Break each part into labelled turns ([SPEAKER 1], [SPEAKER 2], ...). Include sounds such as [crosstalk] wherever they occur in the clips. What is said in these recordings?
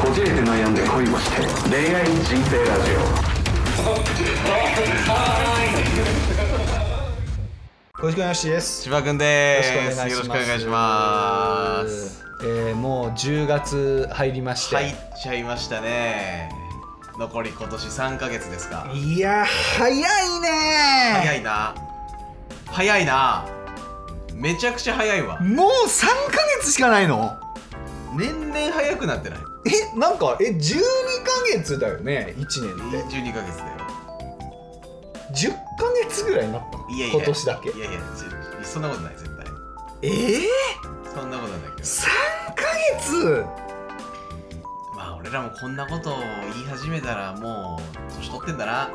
[SPEAKER 1] こじれて悩んで恋をして恋愛人生ラジ
[SPEAKER 2] 小石君よしです。
[SPEAKER 3] 千葉くんでーす。
[SPEAKER 2] よろ
[SPEAKER 3] よろ
[SPEAKER 2] し
[SPEAKER 3] し
[SPEAKER 2] く
[SPEAKER 3] く
[SPEAKER 2] お
[SPEAKER 3] お
[SPEAKER 2] 願
[SPEAKER 3] 願
[SPEAKER 2] い
[SPEAKER 3] い
[SPEAKER 2] し
[SPEAKER 3] し
[SPEAKER 2] ま
[SPEAKER 3] ます。
[SPEAKER 2] えー、もう10月入りまして、
[SPEAKER 3] 入っちゃいましたね。残り今年3ヶ月ですか。
[SPEAKER 2] いや早いね
[SPEAKER 3] 早いな。早いな。めちゃくちゃ早いわ。
[SPEAKER 2] もう3ヶ月しかないの
[SPEAKER 3] 年々早くなってない。
[SPEAKER 2] えなんかえ12ヶ月だよね1年って
[SPEAKER 3] 12ヶ月だよ。
[SPEAKER 2] 10ヶ月ぐらいになったの
[SPEAKER 3] いやいや。
[SPEAKER 2] 今年だけ
[SPEAKER 3] いやいや、じそんなことない、絶対。
[SPEAKER 2] え
[SPEAKER 3] そんなことないけ
[SPEAKER 2] ー、
[SPEAKER 3] ど。
[SPEAKER 2] 3ヶ月
[SPEAKER 3] まあ、俺らもこんなことを言い始めたら、もう、年取ってんだな。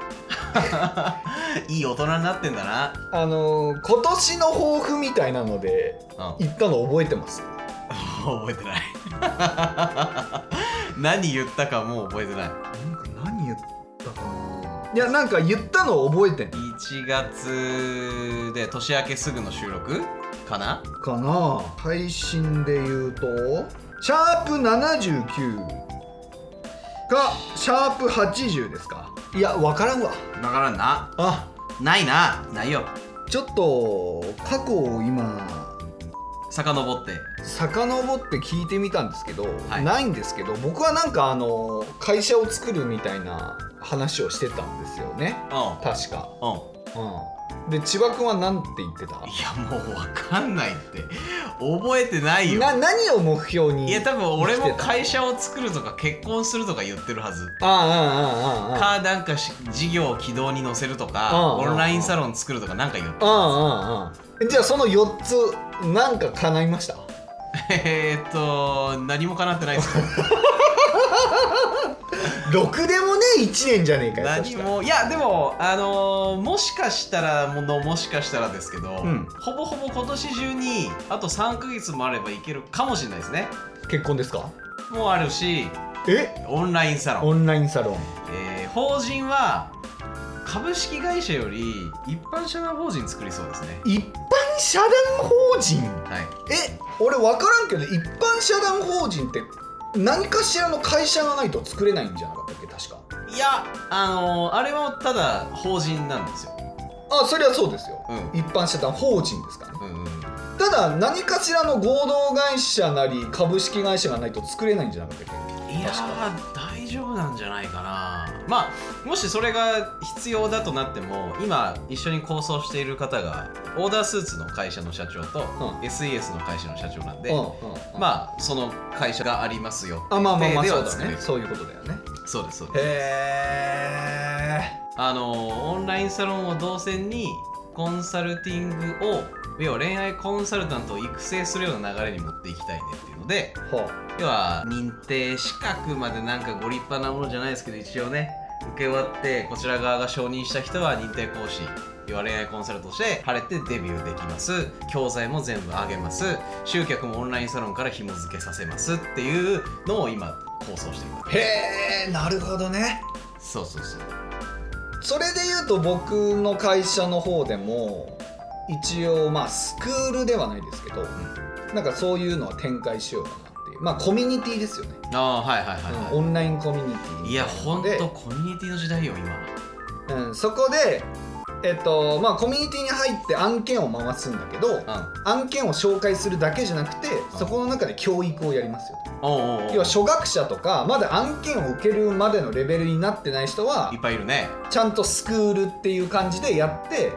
[SPEAKER 3] いい大人になってんだな。
[SPEAKER 2] あのー、今年の抱負みたいなので
[SPEAKER 3] うん。
[SPEAKER 2] 言ったの覚えてます
[SPEAKER 3] もう覚えてない [laughs] 何言ったかもう覚えて
[SPEAKER 2] な
[SPEAKER 3] ない
[SPEAKER 2] んか何言ったかないやなんか言ったの覚えてん
[SPEAKER 3] 1月で年明けすぐの収録かな
[SPEAKER 2] かな配信で言うとシャープ79かシャープ80ですかいや分からんわ
[SPEAKER 3] だからんな
[SPEAKER 2] あ
[SPEAKER 3] ないなないよ
[SPEAKER 2] ちょっと過去を今
[SPEAKER 3] 遡って
[SPEAKER 2] 遡って聞いてみたんですけど、
[SPEAKER 3] はい
[SPEAKER 2] ないんですけど僕はなんかあの会社を作るみたいな話をしてたんですよね
[SPEAKER 3] うん
[SPEAKER 2] 確か、
[SPEAKER 3] うん
[SPEAKER 2] うん、で千葉君は何て言ってた
[SPEAKER 3] いやもう分かんないって覚えてないよ
[SPEAKER 2] な何を目標に
[SPEAKER 3] いや多分俺も会
[SPEAKER 2] を
[SPEAKER 3] 社を作るとか結婚するとか言ってるはず
[SPEAKER 2] ああああああああ
[SPEAKER 3] かなんかし事業を軌道に乗せるとか
[SPEAKER 2] うんうんうん
[SPEAKER 3] オンラインサロン作るとかなんか言ってる [laughs] は
[SPEAKER 2] ああああじゃあその4つなんか叶いました
[SPEAKER 3] ずえーっと [laughs] 何も叶ってないです
[SPEAKER 2] ろくでもね1年じゃねえかよ
[SPEAKER 3] 何もいやでもあのーもしかしたらものもしかしたらですけど、
[SPEAKER 2] うん
[SPEAKER 3] ほぼほぼ今年中にあと3ヶ月もあればいけるかもしれないですね
[SPEAKER 2] そしたら結婚ですか
[SPEAKER 3] もうあるし
[SPEAKER 2] え
[SPEAKER 3] オンラインサロ
[SPEAKER 2] オ
[SPEAKER 3] ン、
[SPEAKER 2] ンラインサロン
[SPEAKER 3] えー法人は株式会社より一般社団法人作りそうですね
[SPEAKER 2] 一般社団法人
[SPEAKER 3] はい
[SPEAKER 2] え俺分からんけど一般社団法人って何かしらの会社がないと作れないんじゃなかったっけ確か
[SPEAKER 3] いやあのーあれはただ法人なんですよ
[SPEAKER 2] あそれはそうですよ、
[SPEAKER 3] う
[SPEAKER 2] 一般社団法人ですからね
[SPEAKER 3] うんうん
[SPEAKER 2] ただ何かしらの合同会社なり株式会社がないと作れないんじゃなかったっけ
[SPEAKER 3] いや
[SPEAKER 2] 確か
[SPEAKER 3] ー大丈夫なんじゃないかなまあもしそれが必要だとなっても今一緒に構想している方がオーダースーツの会社の社長と、SES の会社の社長なんで、
[SPEAKER 2] うんうんうん
[SPEAKER 3] まあその会社がありますよ
[SPEAKER 2] あまあまあまあ
[SPEAKER 3] で
[SPEAKER 2] そ
[SPEAKER 3] は
[SPEAKER 2] うだ
[SPEAKER 3] 作れ
[SPEAKER 2] ね
[SPEAKER 3] る
[SPEAKER 2] そういうことだよね
[SPEAKER 3] そうですそうです
[SPEAKER 2] へ
[SPEAKER 3] あのーオンラインサロンを動線にコンサルティングを要は恋愛コンサルタントを育成するような流れに持っていきたいねっていうので
[SPEAKER 2] えは
[SPEAKER 3] 要は認定資格までなんかご立派なものじゃないですけど一応ね受け終わってこちら側が承認した人は認定講師要は恋愛コンサルとして晴れてデビューできます教材も全部あげます集客もオンラインサロンから紐付けさせますっていうのを今構想しています
[SPEAKER 2] へえなるほどね
[SPEAKER 3] そうそうそう
[SPEAKER 2] それで言うと僕の会社の方でも一応まあスクールではないですけど、なんかそういうのは展開しようかなっていうまあコミュニティですよね、
[SPEAKER 3] ああはいはいはいはい、
[SPEAKER 2] オンラインコミュニティ
[SPEAKER 3] いやほん
[SPEAKER 2] で
[SPEAKER 3] とコミュニティの時代よ今
[SPEAKER 2] うん、そこでえっとまあコミュニティに入って案件を回すんだけど
[SPEAKER 3] うん
[SPEAKER 2] 案件を紹介するだけじゃなくて
[SPEAKER 3] うん
[SPEAKER 2] そこの中で教育をやりますよ
[SPEAKER 3] おうおうおう
[SPEAKER 2] 要は初学者とかまだ案件を受けるまでのレベルになってない人はい
[SPEAKER 3] っぱいいるね
[SPEAKER 2] ちゃんとスクールっていう感じでやって
[SPEAKER 3] う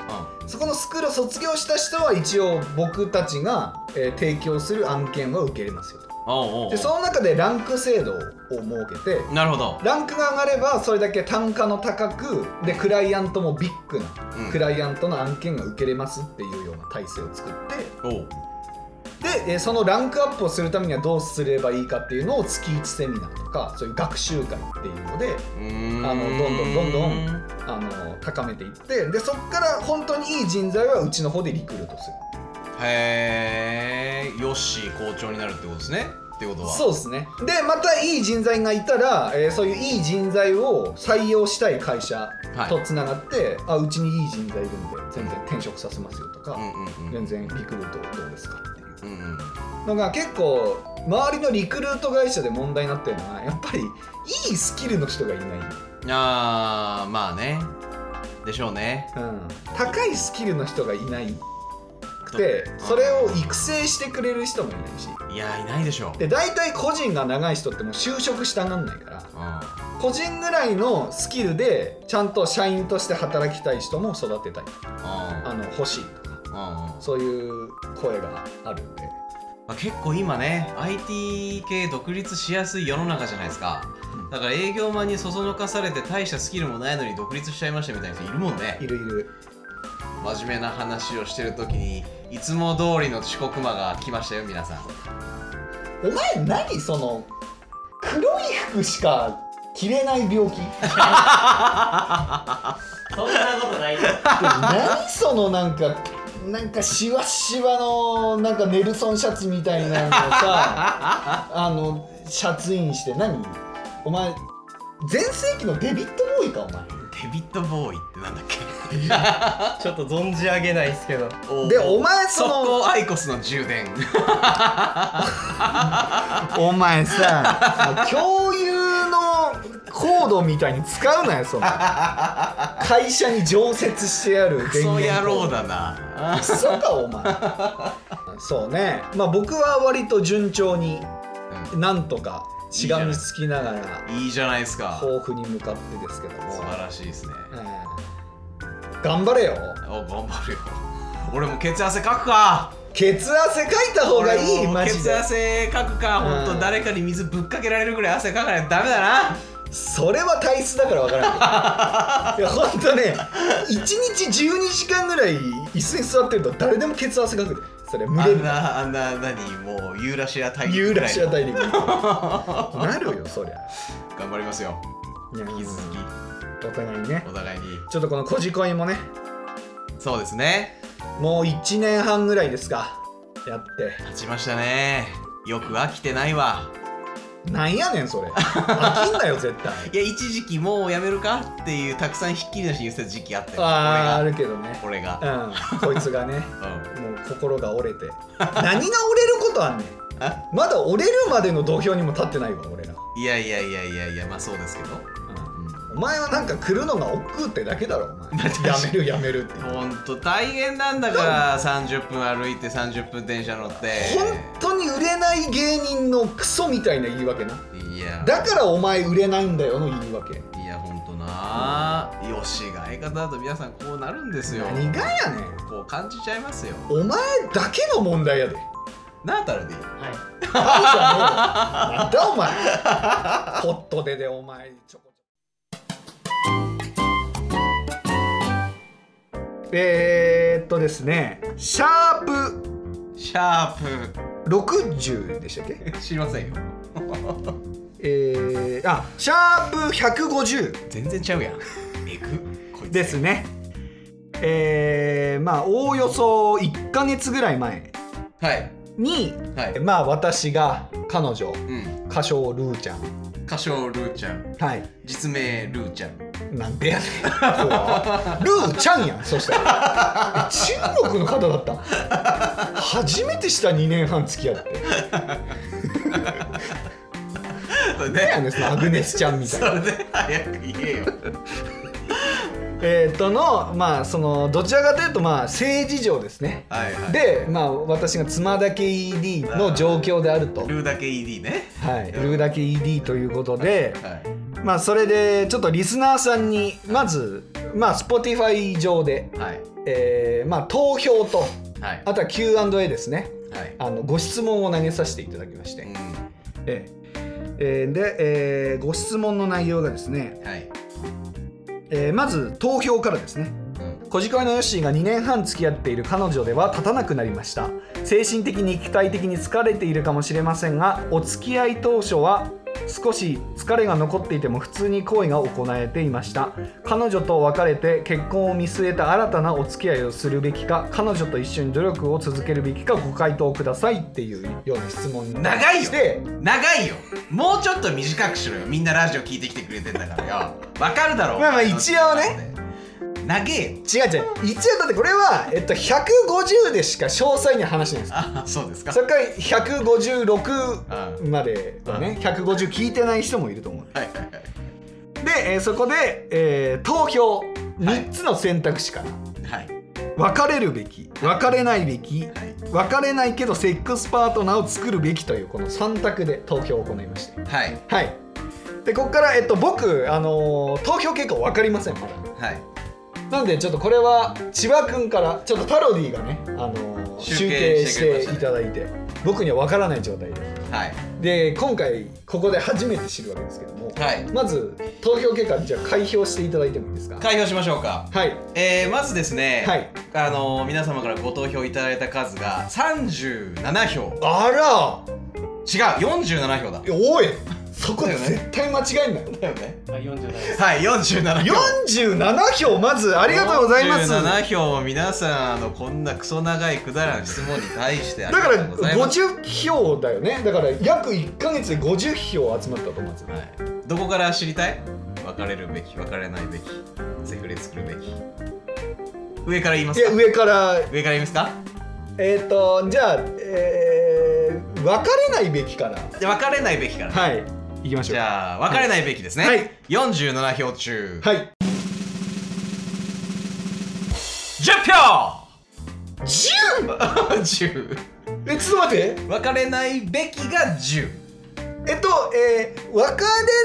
[SPEAKER 2] そこのスクールを卒業した人は一応僕たちが、えー提供する案件は受け入れますよと
[SPEAKER 3] んおうおうおう
[SPEAKER 2] でその中でランク制度を設けて
[SPEAKER 3] なるほど
[SPEAKER 2] ランクが上がればそれだけ単価の高くでクライアントもビッグな
[SPEAKER 3] うん
[SPEAKER 2] クライアントの案件が受けれますっていうような体制を作って
[SPEAKER 3] おう
[SPEAKER 2] で、えーそのランクアップをするためにはどうすればいいかっていうのを月1セミナーとかそういう学習会っていうので
[SPEAKER 3] うーん
[SPEAKER 2] あのどんどんどんどんあの高めていってでそこから本当にいい人材はうちの方でリクルートする
[SPEAKER 3] へえ、ヨッシー校長になるってことですね。ってことは。
[SPEAKER 2] そうですねでまたいい人材がいたら、えーそういういい人材を採用したい会社
[SPEAKER 3] はい
[SPEAKER 2] とつながって、あうちにいい人材いるんで全然転職させますよとか、
[SPEAKER 3] うんうんうん。
[SPEAKER 2] 全然リクルートどうですかっていう
[SPEAKER 3] うんうん
[SPEAKER 2] のが結構周りのリクルート会社で問題になってるのはやっぱりいいスキルの人がいない、
[SPEAKER 3] あーまあねでしょうね
[SPEAKER 2] うん、高いスキルの人がいないくてそれを育成してくれる人もいないし
[SPEAKER 3] いやいないでしょう、
[SPEAKER 2] で大体個人が長い人ってもう就職したがんないから
[SPEAKER 3] うん、
[SPEAKER 2] 個人ぐらいのスキルでちゃんと社員として働きたい人も育てたいあ
[SPEAKER 3] あ
[SPEAKER 2] の欲しいとか
[SPEAKER 3] あま
[SPEAKER 2] そういう声があるんで、
[SPEAKER 3] あ、結構今ね IT 系独立しやすい世の中じゃないですかだから営業マンにそそのかされて大したスキルもないのに独立しちゃいましたみたいな人いるもんね
[SPEAKER 2] いるいる
[SPEAKER 3] 真面目な話をしてる時にいつも通りの遅刻魔が来ましたよ皆さん
[SPEAKER 2] お前何その黒い服しか着れない
[SPEAKER 4] [laughs]
[SPEAKER 2] 病気
[SPEAKER 4] そんなことないよ。
[SPEAKER 2] 何そのなんかなんかシワシワのなんかネルソンシャツみたいなのを
[SPEAKER 4] [laughs]
[SPEAKER 2] さあのシャツインして何お前全盛期のデビットボーイかお前
[SPEAKER 3] デビッド・ボーイってなんだっけ
[SPEAKER 4] ちょっと存じ上げないですけど。
[SPEAKER 3] お
[SPEAKER 2] でお前そ
[SPEAKER 3] そ
[SPEAKER 2] の
[SPEAKER 3] こアイコスの充電
[SPEAKER 2] [laughs] お前さ共有のコードみたいに使うなよその会社に常設してある
[SPEAKER 3] クソ野郎
[SPEAKER 2] だ
[SPEAKER 3] だな
[SPEAKER 2] クソかお前そうねまあ僕は割と順調になんとかしがみつきながら
[SPEAKER 3] いいじゃないですか
[SPEAKER 2] 抱負に向かってですけども
[SPEAKER 3] 素晴らしいですね
[SPEAKER 2] えー頑張れよ
[SPEAKER 3] お頑張るよ俺も血汗かくか
[SPEAKER 2] 血汗かいた方がいい
[SPEAKER 3] 俺も
[SPEAKER 2] マジ
[SPEAKER 3] 血
[SPEAKER 2] で
[SPEAKER 3] 汗かくか
[SPEAKER 2] うん
[SPEAKER 3] 本当誰かに水ぶっかけられるぐらい汗かかないとダメだな
[SPEAKER 2] それは体質だからわからん
[SPEAKER 3] [laughs]
[SPEAKER 2] けどいやほんとね1日12時間ぐらい椅子に座ってると誰でも血圧がくるそれ無
[SPEAKER 3] あ
[SPEAKER 2] 理
[SPEAKER 3] んなあんな何もうユーラシア大陸
[SPEAKER 2] ユ
[SPEAKER 3] ぐ
[SPEAKER 2] ー
[SPEAKER 3] ら
[SPEAKER 2] ラ
[SPEAKER 3] い
[SPEAKER 2] シア
[SPEAKER 3] [laughs]
[SPEAKER 2] 大陸なるよそりゃ
[SPEAKER 3] 頑張りますよ
[SPEAKER 2] いや
[SPEAKER 3] 引き続き
[SPEAKER 2] お互いね
[SPEAKER 3] お互いに
[SPEAKER 2] ちょっとこのこじこいもね
[SPEAKER 3] そうですね
[SPEAKER 2] もう1年半ぐらいですかやって
[SPEAKER 3] 立ちましたねよく飽きてないわ
[SPEAKER 2] なんやねんそれ飽きんなよ絶対
[SPEAKER 3] [laughs] いや一時期もうやめるかっていうたくさんひっきりなしに言ってた時期あったよ
[SPEAKER 2] あーあるけどね
[SPEAKER 3] 俺が
[SPEAKER 2] うんこいつがね
[SPEAKER 3] 俺がうん
[SPEAKER 2] もう心が折れて何が折れることあんね
[SPEAKER 3] あ
[SPEAKER 2] んまだ折れるまでの土俵にも立ってないわ俺ら、
[SPEAKER 3] いやいやいやいやいやまあそうですけど
[SPEAKER 2] お前はなんか来るのが億劫ってだけだろお前やめるやめるっていう
[SPEAKER 3] ほんと大変なんだから30分歩いて30分電車乗って
[SPEAKER 2] 本当に売れない芸人のクソみたいな言い訳ない
[SPEAKER 3] や
[SPEAKER 2] だからお前売れないんだよの言い訳
[SPEAKER 3] いやほんとなよしが相方だと皆さんこうなるんですよ
[SPEAKER 2] 何がやねん
[SPEAKER 3] こう感じちゃいますよ
[SPEAKER 2] お前だけの問題やで
[SPEAKER 3] なあたるでいい
[SPEAKER 4] はい。
[SPEAKER 2] あるじゃねえよなんだお前ホットででお前ちょこちょこえー、っとですねシャープ
[SPEAKER 3] シャー
[SPEAKER 2] 60でしたっけ
[SPEAKER 3] プ知りませんよ
[SPEAKER 2] えー、あシャープ150
[SPEAKER 3] 全然ちゃうやんえぐこいつ
[SPEAKER 2] ですねえー、まあおおよそ1ヶ月ぐらい前
[SPEAKER 3] はい
[SPEAKER 2] に
[SPEAKER 3] はい
[SPEAKER 2] まあ私が彼女
[SPEAKER 3] うん
[SPEAKER 2] 歌唱ルーちゃん
[SPEAKER 3] 歌唱ルーちゃん
[SPEAKER 2] はい
[SPEAKER 3] 実名ルーちゃん
[SPEAKER 2] なんでやねんそうルーちゃんやんそしたら中国の方だったの初めてした2年半付き合って
[SPEAKER 3] それ
[SPEAKER 2] なんやね
[SPEAKER 3] で
[SPEAKER 2] んそのアグネスちゃんみたい
[SPEAKER 3] そ
[SPEAKER 2] な
[SPEAKER 3] れで早く言えよ
[SPEAKER 2] えーっとのまあそのどちらかというとまあ性事情ですね
[SPEAKER 3] はいはい
[SPEAKER 2] でまあ私が妻だけ ED の状況であると
[SPEAKER 3] ルーだけ ED ね
[SPEAKER 2] はい、ルーだけ ED ということで、
[SPEAKER 3] はい
[SPEAKER 2] まあ、それでちょっとリスナーさんにまず、まあ、Spotify 上で、
[SPEAKER 3] はい
[SPEAKER 2] えーまあ、投票と
[SPEAKER 3] はい
[SPEAKER 2] あとは Q&A ですね
[SPEAKER 3] はい
[SPEAKER 2] あのご質問を投げさせていただきまして、
[SPEAKER 3] う
[SPEAKER 2] えええーで、えーご質問の内容がですね、
[SPEAKER 3] んはい
[SPEAKER 2] えーまず投票からですね
[SPEAKER 3] うん
[SPEAKER 2] 小じこいのヨッシーが2年半付き合っている彼女では立たなくなりました精神的に肉体的に疲れているかもしれませんがお付き合い当初は少し疲れが残っていても普通に行為が行えていました彼女と別れて結婚を見据えた新たなお付き合いをするべきか彼女と一緒に努力を続けるべきかご回答くださいっていうような質問に
[SPEAKER 3] 長いよ
[SPEAKER 2] して
[SPEAKER 3] 長いよもうちょっと短くしろよみんなラジオ聞いてきてくれてんだからよわかるだろ
[SPEAKER 2] まあまあ一応ね
[SPEAKER 3] ね長えよ
[SPEAKER 2] 違う違う一応だってこれは、えっと、150でしか詳細には話してないんです
[SPEAKER 3] あそうですか
[SPEAKER 2] それから156までだね150聞いてない人もいると思う
[SPEAKER 3] はいはいはい
[SPEAKER 2] で、えーそこで、えー投票3つの選択肢から、
[SPEAKER 3] はい
[SPEAKER 2] 別れるべき別れないべき
[SPEAKER 3] はい
[SPEAKER 2] 別れないけどセックスパートナーを作るべきというこの3択で投票を行いました
[SPEAKER 3] はい
[SPEAKER 2] はいでここから、えっと、僕、あのー投票結果分かりませんまだ
[SPEAKER 3] はい
[SPEAKER 2] なんでちょっとこれは千葉君からちょっとタロディがね、あのー集
[SPEAKER 3] 集
[SPEAKER 2] 計
[SPEAKER 3] 計
[SPEAKER 2] し
[SPEAKER 3] してて
[SPEAKER 2] いただいて僕には分からない状態で
[SPEAKER 3] はい
[SPEAKER 2] で今回ここで初めて知るわけですけども
[SPEAKER 3] はい
[SPEAKER 2] まず投票結果じゃあ開票していただいてもいいですか
[SPEAKER 3] 開票しましょうか
[SPEAKER 2] はい
[SPEAKER 3] えー、まずですね、
[SPEAKER 2] はい
[SPEAKER 3] あのー皆様からご投票いただいた数が37票
[SPEAKER 2] あら
[SPEAKER 3] 違う47票だ
[SPEAKER 2] おいそこで絶対間違えんなよ
[SPEAKER 3] だよね
[SPEAKER 4] あ、47です。
[SPEAKER 3] はい47票
[SPEAKER 2] 47票まずあ
[SPEAKER 3] あ
[SPEAKER 2] りがとうございますだ
[SPEAKER 3] 7票を皆さんあのこんなクソ長いくだらん質問に対してあり
[SPEAKER 2] か
[SPEAKER 3] がと
[SPEAKER 2] ら
[SPEAKER 3] うございます
[SPEAKER 2] 50票だよねだから約1か月で50票集まったと思うんですよ
[SPEAKER 3] はい、どこから知りたい別れるべき別れないべきセフレ作るべき上から言いま
[SPEAKER 2] い
[SPEAKER 3] す
[SPEAKER 2] や
[SPEAKER 3] か上
[SPEAKER 2] 上から
[SPEAKER 3] から言いますか
[SPEAKER 2] えっ、とじゃあえー、別れないべきから
[SPEAKER 3] じゃあ別れないべきから、
[SPEAKER 2] はいいきましょう
[SPEAKER 3] じゃあ別れないべきですね、
[SPEAKER 2] はい
[SPEAKER 3] 47票中、
[SPEAKER 2] はい
[SPEAKER 3] 10票 [laughs]
[SPEAKER 2] 10!
[SPEAKER 3] 10
[SPEAKER 2] えちょっと待って
[SPEAKER 3] 別れないべきが10
[SPEAKER 2] えっと、えー別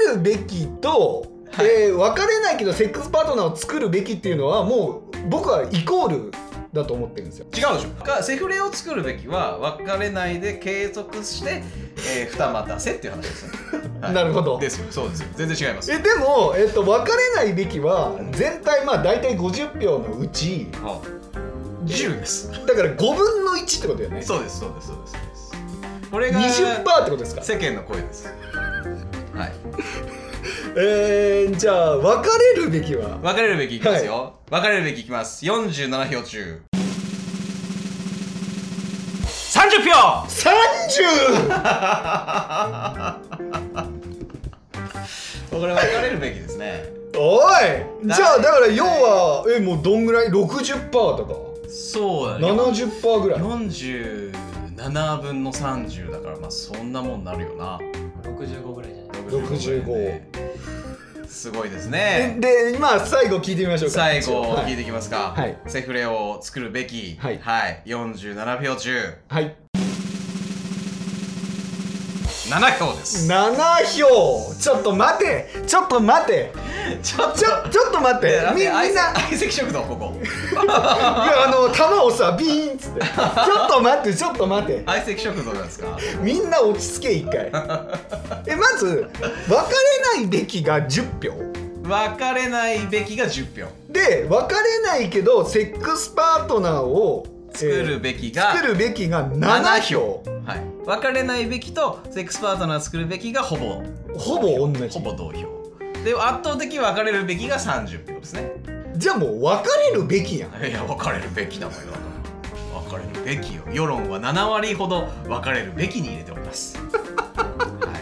[SPEAKER 2] れるべきと、
[SPEAKER 3] はい
[SPEAKER 2] えー別れないけどセックスパートナーを作るべきっていうのはもう僕はイコールだと思ってるんですよ。
[SPEAKER 3] 違うでしょかセフレを作るべきは別れないで継続して、えー、二股せっていう話ですよ、はい
[SPEAKER 2] なるほど
[SPEAKER 3] ですよそうですよ全然違います
[SPEAKER 2] えでも、えっと、別れないべきは全体まあ大体50票のうち
[SPEAKER 3] あ10です
[SPEAKER 2] だから5分の1ってことだよね。
[SPEAKER 3] そうですそうですそうですそうですこれが
[SPEAKER 2] 20%ってことですか、
[SPEAKER 3] 世間の声ですはい
[SPEAKER 2] えー、じゃあ別れるべきは
[SPEAKER 3] 別れるべきいきますよ、別れるべきいきます47票中30票
[SPEAKER 2] 30!
[SPEAKER 3] これ別れるべきですね
[SPEAKER 2] おいじゃあだから要はえもうどんぐらい60%とか
[SPEAKER 3] そうだね
[SPEAKER 2] 70%ぐらい。
[SPEAKER 3] 47分の30だからまあそんなもんなるよな
[SPEAKER 4] 65ぐらいじゃないです
[SPEAKER 2] 65
[SPEAKER 3] ねすごいです
[SPEAKER 2] え
[SPEAKER 3] ね
[SPEAKER 2] でまあ最後聞いてみましょうか
[SPEAKER 3] 最後
[SPEAKER 2] は
[SPEAKER 3] 聞い
[SPEAKER 2] い、
[SPEAKER 3] ていきますか、
[SPEAKER 2] はい
[SPEAKER 3] セフレを作るべき
[SPEAKER 2] はい
[SPEAKER 3] 47票中
[SPEAKER 2] はい、
[SPEAKER 3] 7票です
[SPEAKER 2] 7票ちょっと待てちょっと待て
[SPEAKER 3] ちょっ
[SPEAKER 2] ちょちょっと待ってみみんな
[SPEAKER 3] 相
[SPEAKER 2] いや
[SPEAKER 3] 相席食堂ここ
[SPEAKER 2] あの弾をさビーンっつってちょっと待ってちょっと待て
[SPEAKER 3] 相席食堂なんですか
[SPEAKER 2] みんな落ち着け一回えまず別れないべきが10票
[SPEAKER 3] 別れないべきが10票
[SPEAKER 2] で別れないけどセックスパートナーを
[SPEAKER 3] 作るべき
[SPEAKER 2] えー
[SPEAKER 3] が、
[SPEAKER 2] 作るべきが7票
[SPEAKER 3] はい、別れないべきとセックスパートナー作るべきがほぼ
[SPEAKER 2] ほぼ同じ
[SPEAKER 3] ほぼ同票で圧倒的に別れるべきが30票ですね
[SPEAKER 2] じゃあもう別れるべきやん
[SPEAKER 3] いや別れるべきだもんよ別れるべきよ世論は7割ほど別れるべきに入れております、は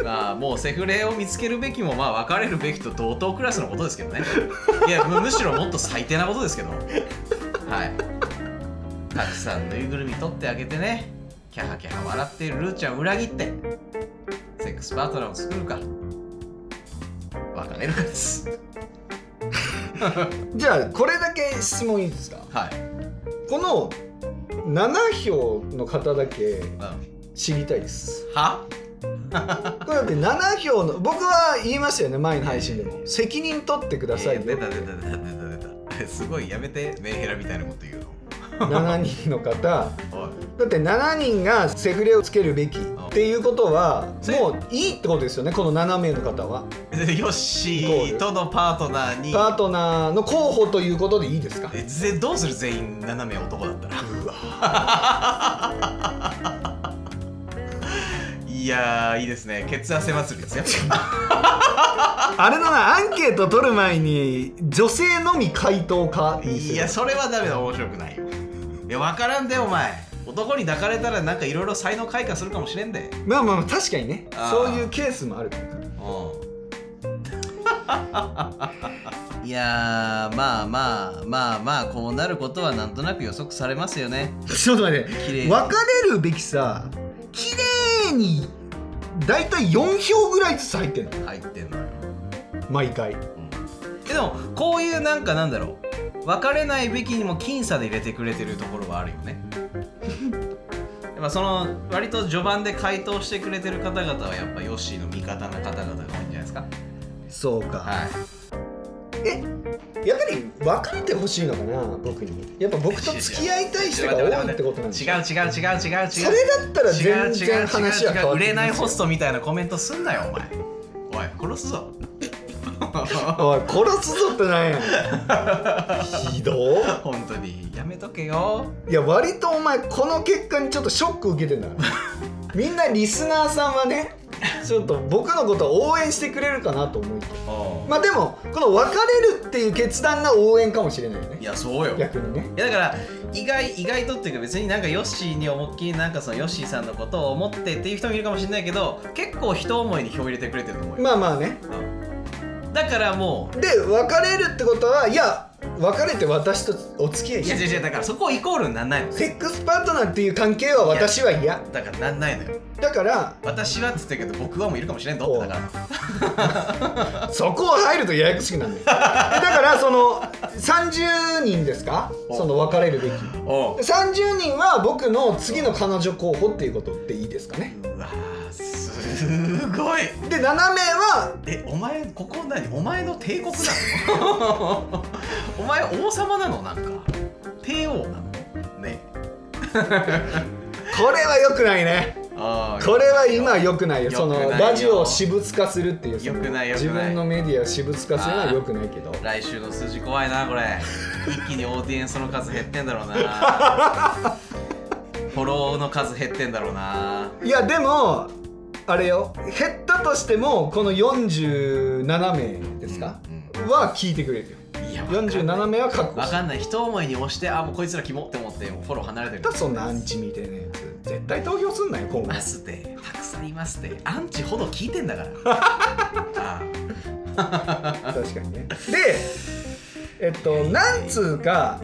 [SPEAKER 3] い、まあもうセフレを見つけるべきもまあ別れるべきと同等クラスのことですけどねいやむむしろもっと最低なことですけどはいたくさんぬいぐるみ取ってあげてねキャハキャハ笑っているルーちゃんを裏切ってセックスパートナーを作るか別れるかです
[SPEAKER 2] じゃあこれだけ質問いいですか
[SPEAKER 3] はい、
[SPEAKER 2] この7票の方だけ
[SPEAKER 3] うん、
[SPEAKER 2] 知りたいです
[SPEAKER 3] は
[SPEAKER 2] これだって7票の僕は言いましたよね前の配信でも責任取ってくださいよ
[SPEAKER 3] 出た出た出た出た出たえすごいやめてメンヘラみたいなこと言うの
[SPEAKER 2] 7人の方だ
[SPEAKER 3] おい
[SPEAKER 2] っ
[SPEAKER 3] [laughs]
[SPEAKER 2] て7人がセフレをつけるべきっていうことはもういいってことですよねこの7名の方は
[SPEAKER 3] えヨッシーとのパートナーに
[SPEAKER 2] パートナーの候補ということでいいですか
[SPEAKER 3] えぜどうする全員斜め男だったら
[SPEAKER 2] うわ
[SPEAKER 3] いやーいいですね血汗祭りです
[SPEAKER 2] [laughs]
[SPEAKER 3] よ
[SPEAKER 2] あれだなアンケート取る前に女性のみ回答かにする
[SPEAKER 3] いやそれはダメだ面白くないよいや分からんでお前男に抱かれたらなんかいろいろ才能開花するかもしれんで
[SPEAKER 2] まあまあ確かにね
[SPEAKER 3] あー
[SPEAKER 2] そういうケースもあるから
[SPEAKER 3] うん [laughs] いやーまあまあまあまあこうなることはなんとなく予測されますよね
[SPEAKER 2] [laughs] ちょっと待って
[SPEAKER 3] 綺麗
[SPEAKER 2] 別
[SPEAKER 3] に
[SPEAKER 2] れるべきさ綺麗に大体4票ぐらいずつ入ってる
[SPEAKER 3] 入ってんのよ、
[SPEAKER 2] 毎回
[SPEAKER 3] うんえでもこういうなんかなんだろう別れないべきにも僅差で入れてくれてるところはあるよ
[SPEAKER 2] [laughs]
[SPEAKER 3] ねやっぱその割と序盤で回答してくれてる方々はやっぱヨッシーの味方な方々が多いんじゃないですか
[SPEAKER 2] そうか、
[SPEAKER 3] はい
[SPEAKER 2] えやっぱり別れてほしいのかな僕にやっぱ僕と付き合いたい人が多いってことなんです
[SPEAKER 3] 違う違う違う違う違う
[SPEAKER 2] それだったら
[SPEAKER 3] 違う違
[SPEAKER 2] 全
[SPEAKER 3] う
[SPEAKER 2] 然話は
[SPEAKER 3] 違う
[SPEAKER 2] 変わ
[SPEAKER 3] 違う
[SPEAKER 2] っ
[SPEAKER 3] 売
[SPEAKER 2] て
[SPEAKER 3] れ
[SPEAKER 2] きま
[SPEAKER 3] ない
[SPEAKER 2] すよ
[SPEAKER 3] ホストみたいなコメントすんなよお前おい殺すぞ
[SPEAKER 2] おい殺すぞってなんや [laughs] ひどっ
[SPEAKER 3] 本当にやめとけよ
[SPEAKER 2] いや割とお前この結果にちょっとショック受けてんだ
[SPEAKER 3] [laughs]
[SPEAKER 2] からみんなリスナーさんはねちょっと僕のことを応援してくれるかなと思いきやまあでもこの別れるっていう決断が応援かもしれないよね
[SPEAKER 3] いやそうよいや
[SPEAKER 2] 逆にね
[SPEAKER 3] だから意外意外とっていうか別になんかヨッシーに思いっきりなんかそのヨッシーさんのことを思ってっていう人もいるかもしれないけど結構人思いに票入れてくれてると思うよ、
[SPEAKER 2] まあまあね
[SPEAKER 3] うんだからもう
[SPEAKER 2] で別れるってことはいや別れて私とお付き合い
[SPEAKER 3] いや
[SPEAKER 2] し
[SPEAKER 3] 違う違うだからそこイコールになんないの
[SPEAKER 2] セックスパートナーっていう関係は私は嫌
[SPEAKER 3] だからなんないのよ
[SPEAKER 2] だから
[SPEAKER 3] 私はっつってるけど僕はもういるかもしれんぞ
[SPEAKER 2] おう
[SPEAKER 3] だから
[SPEAKER 2] そこを入るとややこしくなるのよだからその30人です
[SPEAKER 3] [laughs]
[SPEAKER 2] か
[SPEAKER 3] お
[SPEAKER 2] その別れるべき
[SPEAKER 3] おう
[SPEAKER 2] 30人は僕の次の彼女候補っていうことでいいですかね
[SPEAKER 3] うわーすごい
[SPEAKER 2] で7名は
[SPEAKER 3] えお前ここ何お前の帝国なの [laughs] お前王様なのなんか帝王なのね
[SPEAKER 2] これは良くないね
[SPEAKER 3] あ
[SPEAKER 2] これは今は良くないよそ
[SPEAKER 3] 良く
[SPEAKER 2] の
[SPEAKER 3] ないよ
[SPEAKER 2] ラジオを私物化するっていうその
[SPEAKER 3] 良くない良くない
[SPEAKER 2] 自分のメディアを私物化するのは良くないけど
[SPEAKER 3] 来週の数字怖いなこれ一気にオーディエンスの数減ってんだろうなフォローの数減ってんだろうない
[SPEAKER 2] やでもあれよ減ったとしてもこの47名ですか、
[SPEAKER 3] うん
[SPEAKER 2] は聞いてくれるよ
[SPEAKER 3] うんいやわかんない
[SPEAKER 2] 47名は確保
[SPEAKER 3] わ
[SPEAKER 2] して
[SPEAKER 3] かんない人思いに押してあもうこいつらキモって思ってもうフォロー離れてる
[SPEAKER 2] そんなアンチみたいなやつ絶対投票すんなよ今
[SPEAKER 3] い [laughs]
[SPEAKER 2] 後
[SPEAKER 3] ますってたくさんいますってアンチほど聞いてんだから [laughs] ああ
[SPEAKER 2] 確かにねでえっと何通か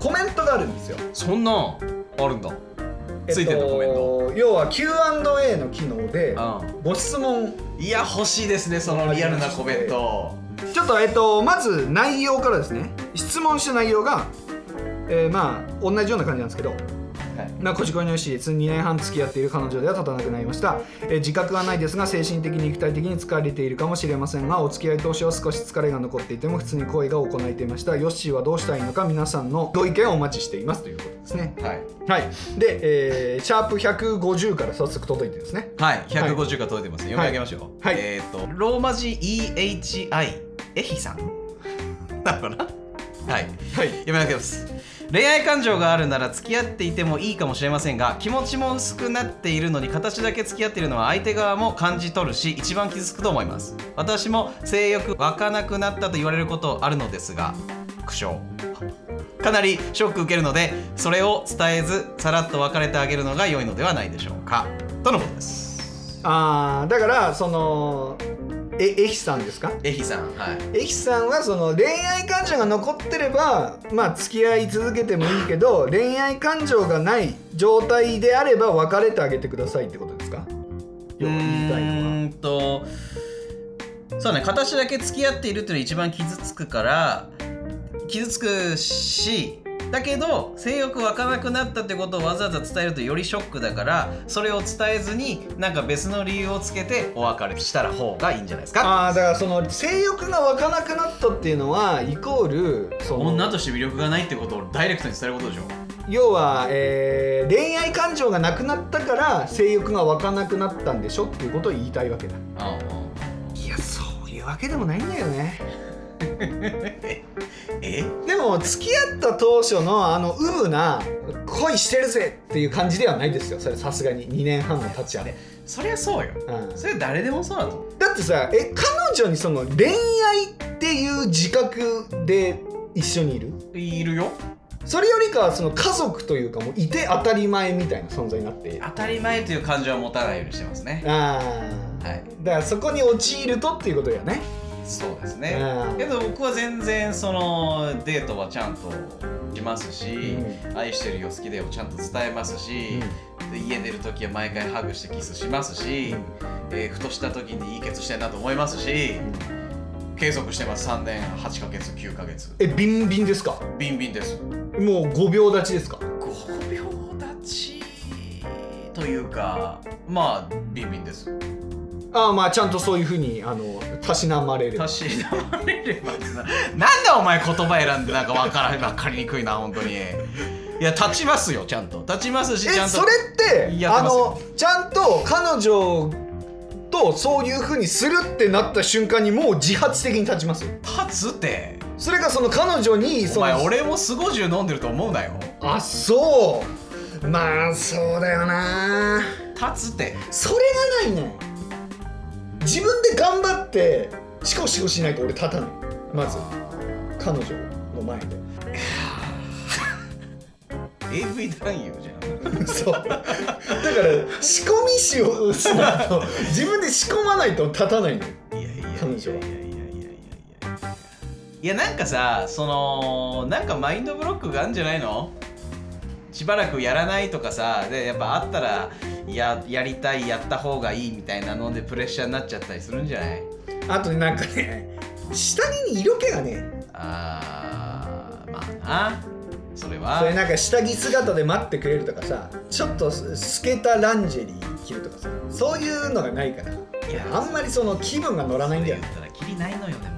[SPEAKER 2] コメントがあるんですよ、
[SPEAKER 3] そんなんあるんだ。
[SPEAKER 2] えっと
[SPEAKER 3] ついてんだコメント
[SPEAKER 2] 要は Q&A の機能で
[SPEAKER 3] う
[SPEAKER 2] ご質問
[SPEAKER 3] ん。いや欲しいですねそのリアルなコメント。
[SPEAKER 2] ちょっとえっとまず内容からですね質問した内容が、えーまあ同じような感じなんですけど
[SPEAKER 3] はい。
[SPEAKER 2] なこじこいのよし2年半付き合っている彼女では立たなくなりました、えー自覚はないですが精神的に肉体的に疲れているかもしれませんがお付き合い当初は少し疲れが残っていても普通に恋が行えていましたヨッシーはどうしたらいいのか皆さんのご意見をお待ちしていますということですね
[SPEAKER 3] はい。
[SPEAKER 2] はいで、えーシャープ150から早速届いてるんですね
[SPEAKER 3] はい。百五十が届いてます。読み上げましょう。
[SPEAKER 2] はいはい
[SPEAKER 3] えっ、とローマ字 E H I エヒさん。なのかな。はい。
[SPEAKER 2] はい
[SPEAKER 3] 読み上げます。恋愛感情があるなら付き合っていてもいいかもしれませんが気持ちも薄くなっているのに形だけ付き合っているのは相手側も感じ取るし一番傷つくと思います私も性欲湧かなくなったと言われることあるのですが苦笑かなりショック受けるのでそれを伝えずさらっと別れてあげるのが良いのではないでしょうかとのことです
[SPEAKER 2] あーだからそのえエヒさんですか
[SPEAKER 3] エヒさんは
[SPEAKER 2] エ
[SPEAKER 3] い
[SPEAKER 2] ヒさんはその恋愛感情が残ってればまあ付き合い続けてもいいけど恋愛感情がない状態であれば別れてあげてくださいってことですか要は言いたいのは
[SPEAKER 3] うーんとそうね形だけ付き合っているというのが一番傷つくから傷つくしだけど性欲湧かなくなったってことをわざわざ伝えるとよりショックだからそれを伝えずになんか別の理由をつけてお別れしたら方がいいんじゃないですか
[SPEAKER 2] ああだからその性欲が湧かなくなったっていうのはイコールそ
[SPEAKER 3] 女
[SPEAKER 2] の
[SPEAKER 3] として魅力がないってことをダイレクトに伝えることでしょ
[SPEAKER 2] 要は、えー恋愛感情がなくなったから性欲が湧かなくなったんでしょっていうことを言いたいわけだ
[SPEAKER 3] あ
[SPEAKER 2] いやそういうわけでもないんだよね
[SPEAKER 3] え
[SPEAKER 2] でも付き合った当初のあのうぶな恋してるぜっていう感じではないですよそれさすがに2年半も経ちゃね、
[SPEAKER 3] そりゃそうよ
[SPEAKER 2] うん、
[SPEAKER 3] それは誰でもそうだと思う
[SPEAKER 2] だってさえ彼女にその恋愛っていう自覚で一緒にいる
[SPEAKER 3] いるよ
[SPEAKER 2] それよりかはその家族というかもういて当たり前みたいな存在になって
[SPEAKER 3] 当たり前という感情は持たないようにしてますね
[SPEAKER 2] ああ
[SPEAKER 3] はい
[SPEAKER 2] だからそこに陥るとっていうことやね
[SPEAKER 3] そうですね、
[SPEAKER 2] うん
[SPEAKER 3] けど僕は全然そのデートはちゃんといますし、愛してるよ好きだよちゃんと伝えますし、で家出る時は毎回ハグしてキスしますし、えーふとした時にいいケツしてんなと思いますし、継続してます3年8ヶ月9ヶ月
[SPEAKER 2] えビンビンですか
[SPEAKER 3] ビンビンです
[SPEAKER 2] もう5秒立ちですか
[SPEAKER 3] 5秒立ちというかまあビンビンです
[SPEAKER 2] ああまあちゃんとそういうふうにあのたしなまれる
[SPEAKER 3] たしなまれればななんだお前言葉選んでなんか分からん分かりにくいな本当にいや立ちますよちゃんと立ちますしちゃん
[SPEAKER 2] え
[SPEAKER 3] と
[SPEAKER 2] それって
[SPEAKER 3] やって
[SPEAKER 2] あ
[SPEAKER 3] ますよ
[SPEAKER 2] のちゃんと彼女とそういうふうにするってなった瞬間にもう自発的に立ちますよ
[SPEAKER 3] 立つって
[SPEAKER 2] それがその彼女に
[SPEAKER 3] お
[SPEAKER 2] その
[SPEAKER 3] 前俺もスゴジュ飲んでると思うなよ
[SPEAKER 2] あそうまあそうだよな
[SPEAKER 3] 立つって
[SPEAKER 2] それがないね自分で頑張ってシコシコしないと俺立たないまず彼女の前で [laughs]
[SPEAKER 3] AV 男優じゃん
[SPEAKER 2] そうだから仕込みしをしないと自分で仕込まないと立たないのよ
[SPEAKER 3] いやいやいやいやいやいやいや
[SPEAKER 2] 彼女はい
[SPEAKER 3] やいやなんかさそのなんかマインドブロックがあるんじゃないのしばらくやらないとかさでやっぱあったらややりたいやった方がいいみたいなのでプレッシャーになっちゃったりするんじゃない
[SPEAKER 2] あとなんかね下着に色気がね
[SPEAKER 3] あーまあなそれは
[SPEAKER 2] それなんか下着姿で待ってくれるとかさちょっとす透けたランジェリー着るとかさそういうのがないからあんまりその気分が乗らないんだよ
[SPEAKER 3] そ
[SPEAKER 2] ね
[SPEAKER 3] れ言ったらキリないのよでも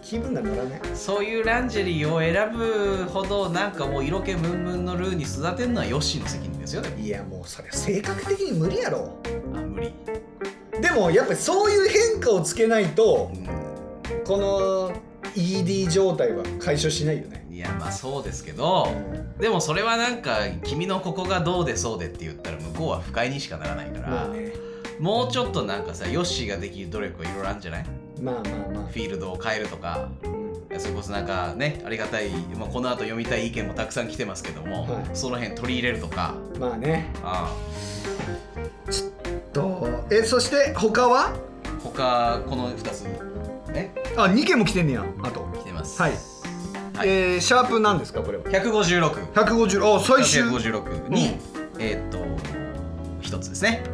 [SPEAKER 2] 気分が乗らない
[SPEAKER 3] そういうランジェリーを選ぶほどなんかもう色気ムンムンのルーに育てるのはヨッシーの責任ですよでも
[SPEAKER 2] いやもうそれ性格的に無理やろ
[SPEAKER 3] あ無理、
[SPEAKER 2] でもやっぱりそういう変化をつけないと
[SPEAKER 3] う
[SPEAKER 2] この ED 状態は解消しないよね
[SPEAKER 3] ん、いやまあそうですけどでもそれはなんか「君のここがどうでそうで」って言ったら向こうは不快にしかならないから、
[SPEAKER 2] まあね
[SPEAKER 3] もうちょっとなんかさヨッシーができる努力はいろいろあるんじゃないフ
[SPEAKER 2] まあまあま
[SPEAKER 3] ィールドを変えるとか
[SPEAKER 2] あ、うん
[SPEAKER 3] それこそなんかねありがたい、まあ、この後読みたい意見もたくさん来てますけども、
[SPEAKER 2] はい
[SPEAKER 3] その辺取り入れるとか
[SPEAKER 2] まあね
[SPEAKER 3] あ
[SPEAKER 2] とえそして他は
[SPEAKER 3] あ他この2つね
[SPEAKER 2] あ2件も来てんねやあと
[SPEAKER 3] 来てます
[SPEAKER 2] はい、
[SPEAKER 3] はい
[SPEAKER 2] えーシャープなんですかこれは
[SPEAKER 3] 156
[SPEAKER 2] 150あ最終
[SPEAKER 3] 156に、えーっと1つですね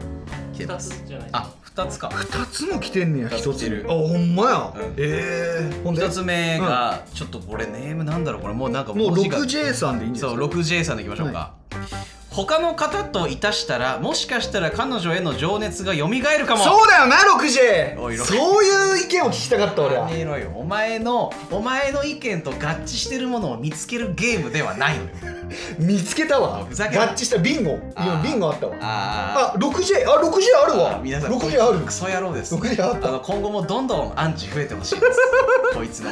[SPEAKER 3] 来て
[SPEAKER 4] 二
[SPEAKER 3] ま
[SPEAKER 4] つ
[SPEAKER 3] す
[SPEAKER 4] じゃない
[SPEAKER 3] あ二2つか
[SPEAKER 2] 2つも来てんねや
[SPEAKER 3] 二つ
[SPEAKER 2] 1つ
[SPEAKER 3] 来てる
[SPEAKER 2] あほんまや、
[SPEAKER 3] うん
[SPEAKER 2] ええー、ほんで
[SPEAKER 3] 1つ目が、ちょっとこれネームなんだろうこれもうなんか
[SPEAKER 2] もう
[SPEAKER 3] 文字が
[SPEAKER 2] 6J さんでいいんですか
[SPEAKER 3] そう 6J さんでいきましょうか、他の方といたしたらもしかしたら彼女への情熱が蘇るかも
[SPEAKER 2] そうだよな
[SPEAKER 3] おい
[SPEAKER 2] 6J
[SPEAKER 3] 6J
[SPEAKER 2] そういう意見を聞きたかった俺
[SPEAKER 3] や
[SPEAKER 2] は
[SPEAKER 3] めろよお前のお前の意見と合致してるものを見つけるゲームではないのよ
[SPEAKER 2] 見つけたわ
[SPEAKER 3] あ
[SPEAKER 2] 合
[SPEAKER 3] ふざけんな
[SPEAKER 2] 致したビンゴ今
[SPEAKER 3] あー
[SPEAKER 2] ビンゴあったわ
[SPEAKER 3] あ
[SPEAKER 2] あ 6J あ 6J あるわ
[SPEAKER 3] 皆さん
[SPEAKER 2] 6J ある
[SPEAKER 3] クソ野郎です
[SPEAKER 2] 6J あっ
[SPEAKER 3] あ
[SPEAKER 2] た
[SPEAKER 3] の今後もどんどんアンチ増え
[SPEAKER 2] [laughs]
[SPEAKER 3] てほしいですこいつの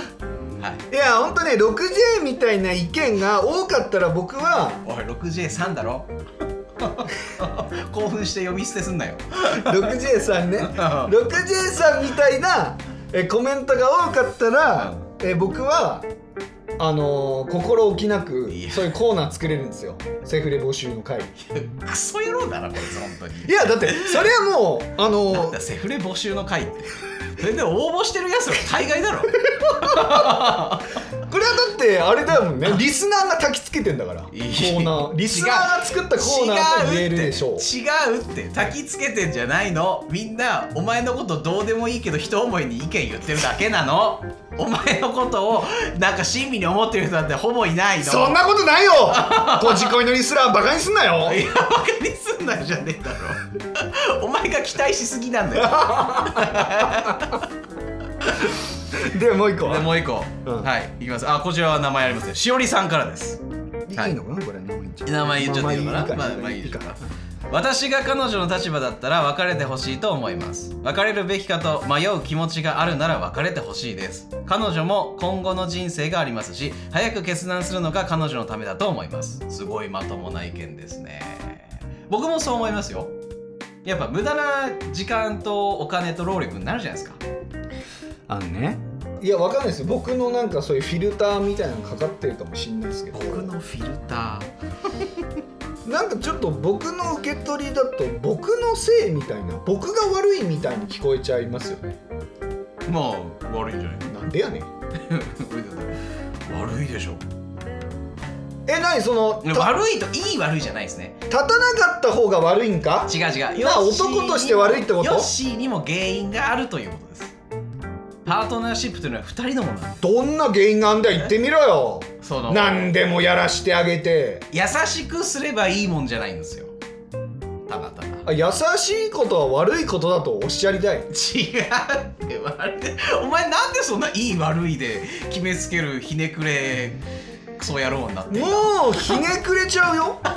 [SPEAKER 3] はい
[SPEAKER 2] いやほんとね 6J みたいな意見が多かったら僕 [laughs] は
[SPEAKER 3] おい 6J3 だろ [laughs] 興奮して読み捨てすんなよ
[SPEAKER 2] 6J さんね 6J さんみたいなえコメントが多かったらえ僕はあのー心置きなく
[SPEAKER 3] いや
[SPEAKER 2] そういうコーナー作れるんですよセフレ募集の会
[SPEAKER 3] クソ野郎だなこいつ本当に
[SPEAKER 2] いやだってそれはもうあ
[SPEAKER 3] なん
[SPEAKER 2] の
[SPEAKER 3] だ
[SPEAKER 2] ー
[SPEAKER 3] セフレ募集の会ってそれで応募してるやつら大概だろ
[SPEAKER 2] これはだってあれだもんねリスナーが焚きつけてんだからコ
[SPEAKER 3] いや
[SPEAKER 2] ーナーリスナーが作ったコーナーと言えるでしょう
[SPEAKER 3] 違うって違うって焚きつけてんじゃないのみんなお前のことどうでもいいけど一思いに意見言ってるだけなのお前のことをなんか親身に思ってる人なんてほぼいないの
[SPEAKER 2] そんなこと [laughs] ないよこじこいのリスナーバカにすんなよ
[SPEAKER 3] いやバカにすんなんじゃねえだろお前が期待しすぎなんだよ
[SPEAKER 2] [laughs] でもう一個
[SPEAKER 3] でもう一個、
[SPEAKER 2] うん
[SPEAKER 3] はいいきますあこちらは名前ありますねしおりさんからですはい
[SPEAKER 2] いいのかなこれ名前言っちゃ
[SPEAKER 3] 名前言っちゃっていいのかなまあまあいいでしょうか私が彼女の立場だったら別れてほしいと思います別れるべきかと迷う気持ちがあるなら別れてほしいです彼女も今後の人生がありますし早く決断するのが彼女のためだと思いますすごいまともな意見ですね僕もそう思いますよやっぱ無駄な時間とお金と労力になるじゃないですか
[SPEAKER 2] あのねいやわかんないですよ僕のなんかそういうフィルターみたいなのかかってるかもしれないですけど
[SPEAKER 3] 僕のフィルタ
[SPEAKER 2] なんかちょっと僕の受け取りだと僕のせいみたいな僕が悪いみたいに聞こえちゃいますよね
[SPEAKER 3] ーまあ悪いんじゃない
[SPEAKER 2] な
[SPEAKER 3] [laughs]
[SPEAKER 2] んでやねん
[SPEAKER 3] 悪いでしょ
[SPEAKER 2] えなにそのた
[SPEAKER 3] 悪いといい悪いじゃないですね
[SPEAKER 2] 立たなかった方が悪いんか
[SPEAKER 3] 違う違う
[SPEAKER 2] まあ
[SPEAKER 3] ヨッシーにも
[SPEAKER 2] 男として悪いってこと
[SPEAKER 3] ヨッシーにも原因があるということですパートナーシップというのは2人のものなんで
[SPEAKER 2] どんな原因があんだよ言ってみろよ
[SPEAKER 3] その
[SPEAKER 2] [laughs] 何でもやらしてあげて
[SPEAKER 3] 優しくすればいいもんじゃないんですよただただ
[SPEAKER 2] あ優しいことは悪いことだとおっしゃり
[SPEAKER 3] [laughs]
[SPEAKER 2] たい
[SPEAKER 3] 違うって悪いお前なんでそんないい悪いで決めつけるひねくれクソ野郎になってんだ
[SPEAKER 2] もうひねくれちゃうよ [laughs]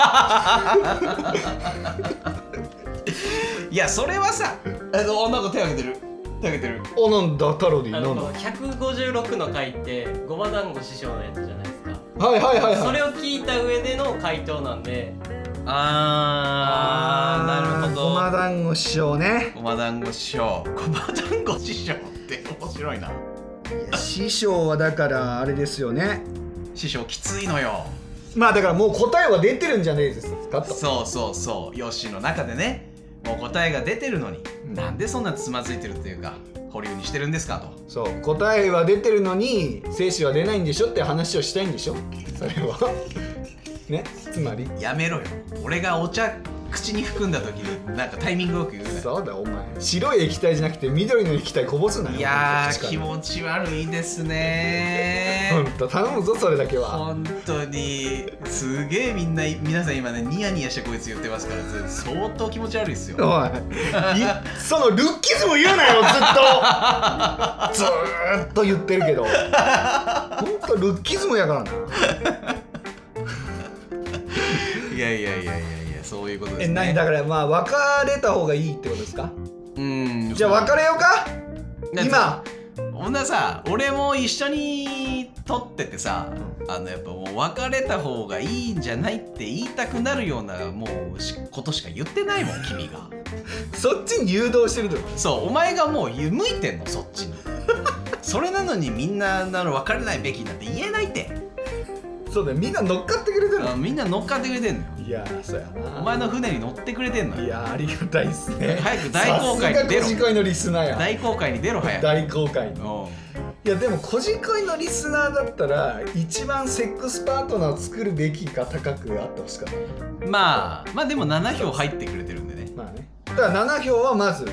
[SPEAKER 3] いやそれはさあのなんか手挙げてる手挙げてる
[SPEAKER 2] おなんだタロディ
[SPEAKER 4] あ
[SPEAKER 2] なんだ
[SPEAKER 4] の156の回ってごま団子師匠のやつじゃないですか
[SPEAKER 2] はいはいはい
[SPEAKER 4] そ
[SPEAKER 2] はい
[SPEAKER 4] れを聞いた上での回答なんで
[SPEAKER 3] あーなる
[SPEAKER 2] ごま
[SPEAKER 3] ほど
[SPEAKER 2] 団子師匠ね
[SPEAKER 3] ごま団子師匠ごま団子師匠って面白いな
[SPEAKER 2] 師匠はだからあれですよね
[SPEAKER 3] 師匠きついのよ
[SPEAKER 2] まあだからもう答えは出てるんじゃねえですかと
[SPEAKER 3] そうそうそうヨッシーの中でねもう答えが出てるのに、なんでそんなつまずいてるっていうか保留にしてるんですかと
[SPEAKER 2] そう答えは出てるのに精子は出ないんでしょって話をしたいんでしょそれは [laughs] ねつまり
[SPEAKER 3] やめろよ俺がお茶口に含んだ時になんかタイミングよく言うなよ
[SPEAKER 2] そうだお前白い液体じゃなくて緑の液体こぼすなよ
[SPEAKER 3] いや
[SPEAKER 2] 口
[SPEAKER 3] ー
[SPEAKER 2] から
[SPEAKER 3] 気持ち悪いですね
[SPEAKER 2] ほんと頼むぞそれだけは
[SPEAKER 3] 本当にすげえみんな皆さん今ねニヤニヤしてこいつ言ってますからず相当気持ち悪いっすよ
[SPEAKER 2] おいいそのルッキズム言うなよずっとずーっと言ってるけどほんとルッキズムやからない
[SPEAKER 3] やいやいやいやいやそういうことです
[SPEAKER 2] え
[SPEAKER 3] ね
[SPEAKER 2] 何だからまあ別れた方がいいってことですか
[SPEAKER 3] うん
[SPEAKER 2] じゃあ別れようか
[SPEAKER 3] なん
[SPEAKER 2] 今
[SPEAKER 3] か女さ俺も一緒に撮っててさあのやっぱもう別れた方がいいんじゃないって言いたくなるようなもうしことしか言ってないもん君が
[SPEAKER 2] そっちに誘導してるってこと
[SPEAKER 3] そうお前がもう向いてんのそっちにそれなのにみんななの別れないべきなんて言えないって
[SPEAKER 2] そうだよみんな乗っかってくれてるの
[SPEAKER 3] あみんな乗っかってくれてんのよ
[SPEAKER 2] いやーそうやな
[SPEAKER 3] お前の船に乗ってくれてんの
[SPEAKER 2] い
[SPEAKER 3] よ
[SPEAKER 2] やーありがたいっすね
[SPEAKER 3] 早く大公開に出ろ
[SPEAKER 2] さすが小次会のリスナーや
[SPEAKER 3] 大公開に出ろ早く
[SPEAKER 2] 大公開の
[SPEAKER 3] うん
[SPEAKER 2] いやでも小次会のリスナーだったら一番セックスパートナーを作るべきが高くあってほしかった
[SPEAKER 3] まあまあでも7票入ってくれてるんでね
[SPEAKER 2] まあねだから7票はまず